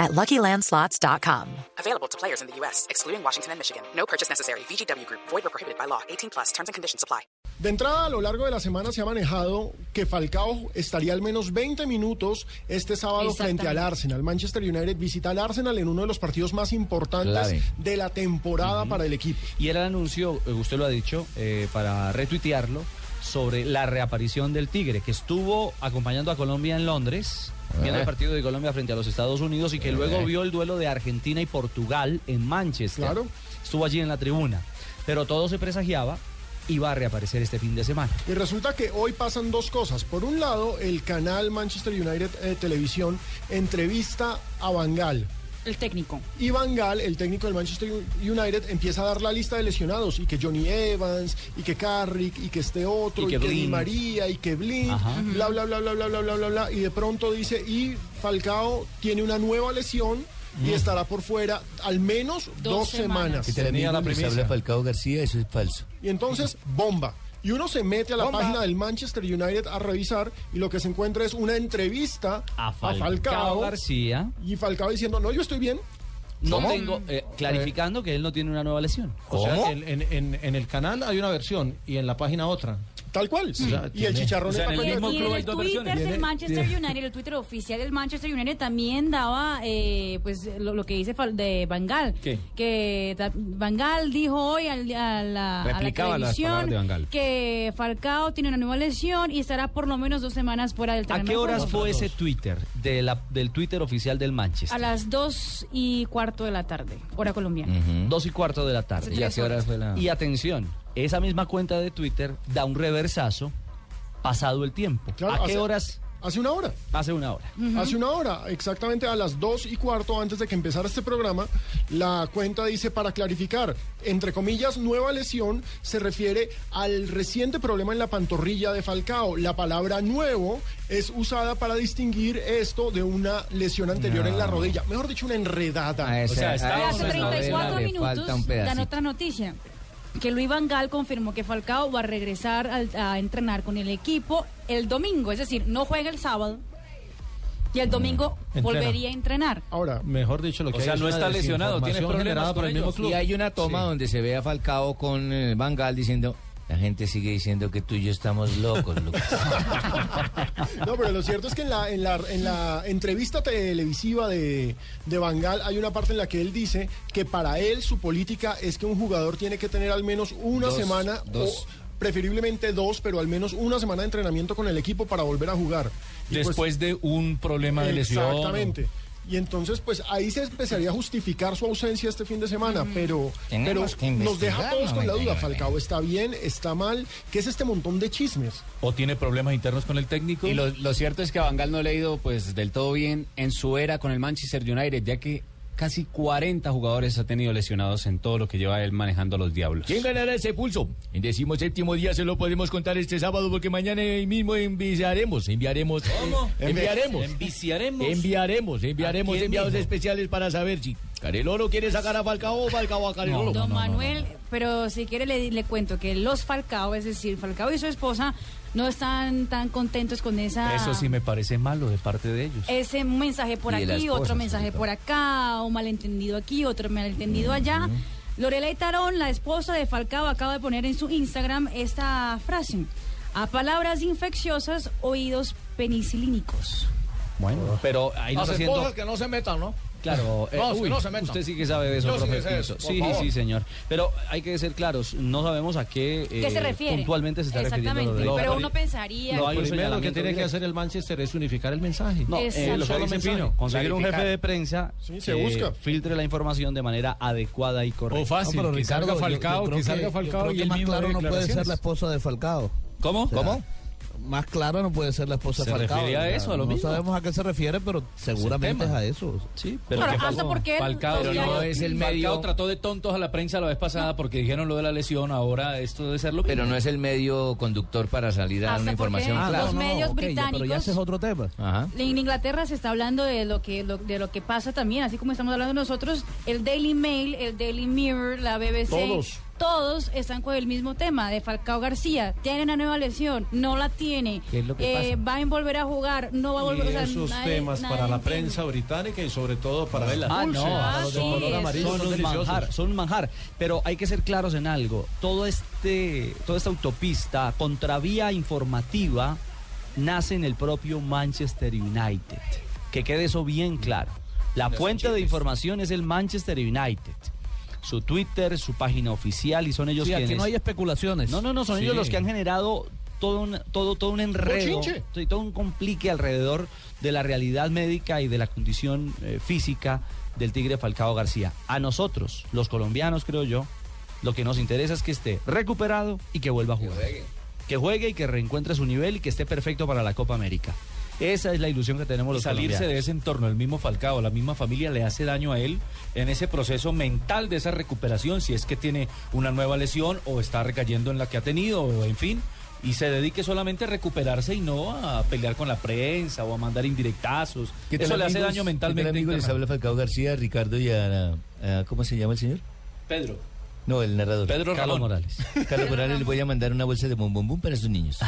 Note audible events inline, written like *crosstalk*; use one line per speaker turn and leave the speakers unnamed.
at luckylandslots.com.
Available to players in the U.S., excluding Washington and Michigan. No purchase necessary. VGW Group, void or prohibited by law. 18 plus terms and conditions apply.
De entrada, a lo largo de la semana se ha manejado que Falcao estaría al menos 20 minutos este sábado frente al Arsenal. Manchester United visita al Arsenal en uno de los partidos más importantes
Clave.
de la temporada para el equipo.
Y era el anuncio, eh, usted lo ha dicho, eh, para retuitearlo, sobre la reaparición del Tigre, que estuvo acompañando a Colombia en Londres, viendo el partido de Colombia frente a los Estados Unidos y que luego vio el duelo de Argentina y Portugal en Manchester.
Claro.
Estuvo allí en la tribuna. Pero todo se presagiaba, iba a reaparecer este fin de semana.
Y resulta que hoy pasan dos cosas. Por un lado, el canal Manchester United eh, Televisión entrevista a Bangal.
El técnico.
Y Van Gaal, el técnico del Manchester United, empieza a dar la lista de lesionados y que Johnny Evans, y que Carrick, y que este otro,
Y
y
que
que, Di
Blin.
María, y que Blin,
Ajá.
bla, bla, bla, bla, bla, bla, bla, bla, bla, y de pronto dice, y Falcao tiene una nueva lesión
Mm.
y estará por fuera al menos dos,
Dos
semanas.
semanas.
Que
Tenía
también
la
cuando se
premisa.
habla de Falcao García, eso es falso.
Y entonces, bomba. Y uno se mete a la página del Manchester United a revisar y lo que se encuentra es una entrevista a Falcao,
García.
y Falcao diciendo, no, yo estoy bien.
No tengo, eh, clarificando que él no tiene una nueva lesión.
O sea, en, en- en- en el canal hay una versión y en la página otra.
Tal cual. y el
tiene-
chicharrón
o sea,
está
en el
con-
Y,
mismo
Pues, y en
club hay
el
dos
Twitter
versiones.
del Manchester United, el Twitter oficial del Manchester United también daba eh, pues lo, lo que dice Fal- de Bangal.
¿Qué?
Que ta- Van Gaal dijo hoy al- a la, a la
Replicaba las
televisión
palabras de Van Gaal.
que Falcao tiene una nueva lesión y estará por lo menos dos semanas fuera del
¿A
terreno.
qué
de
horas
juego.
fue ese Twitter de la- del Twitter oficial del Manchester?
A las dos y cuarto de la tarde, hora colombiana.
Dos y cuarto de la tarde.
Hace ¿Y a tres qué hora horas.
fue la-
Y atención, esa misma cuenta de Twitter da un reversazo pasado el tiempo.
Claro,
¿A qué
hace-
horas?
Hace una hora.
Hace una hora.
Hace una hora, exactamente a las dos y cuarto antes de que empezara este programa, la cuenta dice para clarificar, entre comillas, nueva lesión se refiere al reciente problema en la pantorrilla de Falcao. La palabra nuevo es usada para distinguir esto de una lesión anterior en la rodilla, mejor dicho, una
Ah,
enredada.
O sea, está
Y hace
una novela
34
de
minutos
falta un
dan
pedacito.
otra noticia. Que Luis Van Gaal confirmó que Falcao va a regresar al- a, entrenar con el equipo el domingo. Es decir, no juega el sábado y
Mm.
el domingo
Entrena.
volvería a entrenar.
Ahora,
Mejor dicho, lo que
O sea,
hay es
no
una
está lesionado, tiene
desinformación
problemas
generada por
con
el mismo
ellos.
club.
Y hay una toma
Sí.
donde se ve a Falcao con eh, Van Gaal diciendo, la gente sigue diciendo que tú y yo estamos locos, *laughs* Lucas".
No, pero lo cierto es que en la, en la, en la entrevista televisiva de, de Van Gaal hay una parte en la que él dice que para él su política es que un jugador tiene que tener al menos una
Dos,
semana
dos.
o preferiblemente dos, pero al menos una semana de entrenamiento con el equipo para volver a jugar. Y pues,
Después de un problema de lesión.
Exactamente. Y entonces, pues ahí se empezaría a justificar su ausencia este fin de semana, pero, pero
Tenemos que
nos deja a
investigar,
todos con la duda.
99.
Falcao está bien, está mal. ¿Qué es este montón de chismes?
O tiene problemas internos con el técnico.
Y lo, lo cierto es que a Van Gaal no le ha ido pues del todo bien en su era con el Manchester United, ya que casi 40 jugadores ha tenido lesionados en todo lo que lleva él manejando a los diablos.
¿Quién ganará ese pulso? En decimo séptimo día se lo podemos contar este sábado porque mañana eh, mismo enviaremos, enviaremos, eh, enviaremos,
Enviciaremos.
enviararemos, enviaremos
¿A quién
enviados
mismo?
especiales para saber si Careloro quiere sacar a Falcao o Falcao a Careloro.
Don Manuel, pero si quiere le, le cuento que los Falcao, es decir, Falcao y su esposa, no están tan contentos con esa...
Eso sí me parece malo de parte de ellos.
ese mensaje por
Y de la
aquí,
esposa,
otro
sobre
mensaje
todo.
por acá, un malentendido aquí, otro malentendido allá. Lorelei Tarón, la esposa de Falcao, acaba de poner en su Instagram esta frase. A palabras infecciosas, oídos penicilínicos.
Bueno, pero ahí no
Las
está
esposas
haciendo.
que no se metan, ¿no?
Claro, eh,
No, que
uy,
no se metan.
usted sí que sabe de eso,
Yo sí
profe
que sé eso,
Pinto.
por
Sí,
favor.
sí, señor. Pero hay que ser claros, no sabemos a qué,
¿Qué se
eh,
refiere?
puntualmente se está refiriendo.
Exactamente.
lo de-
Pero
lo-
uno pensaría...
No,
Lo
hay un
primero que
señalamiento
tiene que
directo.
hacer el Manchester es unificar el mensaje.
No, eh, lo que
Solo
dice
mensaje.
Pino, conseguir un jefe
Clarificar.
de prensa
Sí, se
que
busca.
filtre la información de manera adecuada y correcta.
O fácil,
No, pero
que salga
Ricardo, yo- yo
Falcao,
creo
que salga
yo
Falcao
creo
y
que
él
más
mismo
claro
dé
no puede ser la
declaraciones.
esposa de Falcao.
¿Cómo?
O sea, más clara no puede ser la esposa
¿Se
de Falcao.
refería a
o sea,
eso, a lo
no
mismo?
sabemos a qué se refiere, pero seguramente es
tema.
a eso.
Sí,
pero Ahora, ¿qué hasta pasó? porque él-
Falcao,
pero
no
ya-
es el medio. Falcao trató de tontos a la prensa la vez pasada porque dijeron lo de la lesión, ahora esto debe ser lo
Pero no es el medio conductor para salir a dar una
Hasta porque
información
Ah,
clara.
los medios
ok, ya, pero ya
británicos
ese es otro tema.
Ajá.
En Inglaterra se está hablando de lo que lo- de lo que pasa también, así como estamos hablando nosotros, el Daily Mail, el Daily Mirror, la BBC,
Todos.
todos están con el mismo tema de Falcao García, tiene una nueva lesión, no la tiene,
¿Qué es lo que
eh, va a volver a jugar, no va a volver,
Y
o sea,
esos
nadie-
temas
nadie
para la
entiende.
prensa británica y sobre todo para la
Ah, no,
Ah,
los de
sí,
color
eso.
amarillo
Son
son un
deliciosos.
manjar, son un manjar. Pero hay que ser claros en algo. Todo este, toda esta autopista, contravía informativa, nace en el propio Manchester United. Que quede eso bien claro. La fuente de información es el Manchester United. Su Twitter, su página oficial y son ellos
Sí, aquí
quienes...
no hay especulaciones.
No, no, no, son
Sí.
ellos los que han generado todo un, todo, todo un enredo,
Bochinche.
sí, todo un complique alrededor de la realidad médica y de la condición eh, física del Tigre Falcao García. A nosotros, los colombianos, creo yo, lo que nos interesa es que esté recuperado y que vuelva a jugar. Que juegue. y que reencuentre su nivel y que esté perfecto para la Copa América. Esa es la ilusión que tenemos
Y
los
salirse de
colombianos.
ese entorno, el mismo Falcao, la misma familia le hace daño a él en ese proceso mental de esa recuperación, si es que tiene una nueva lesión o está recayendo en la que ha tenido, o en fin, y se dedique solamente a recuperarse y no a pelear con la prensa o a mandar indirectazos.
¿Qué tal,
Eso le hace
amigos?
daño
¿Qué
mentalmente.
tal, amigos? les
interna-
habla Falcao García, Ricardo y a, a- ¿Cómo se llama el señor?
Pedro,
No, el narrador.
Pedro
Carlos
Ramón.
Morales.
Carlos Morales, le voy a mandar una bolsa de bombombum para sus niños.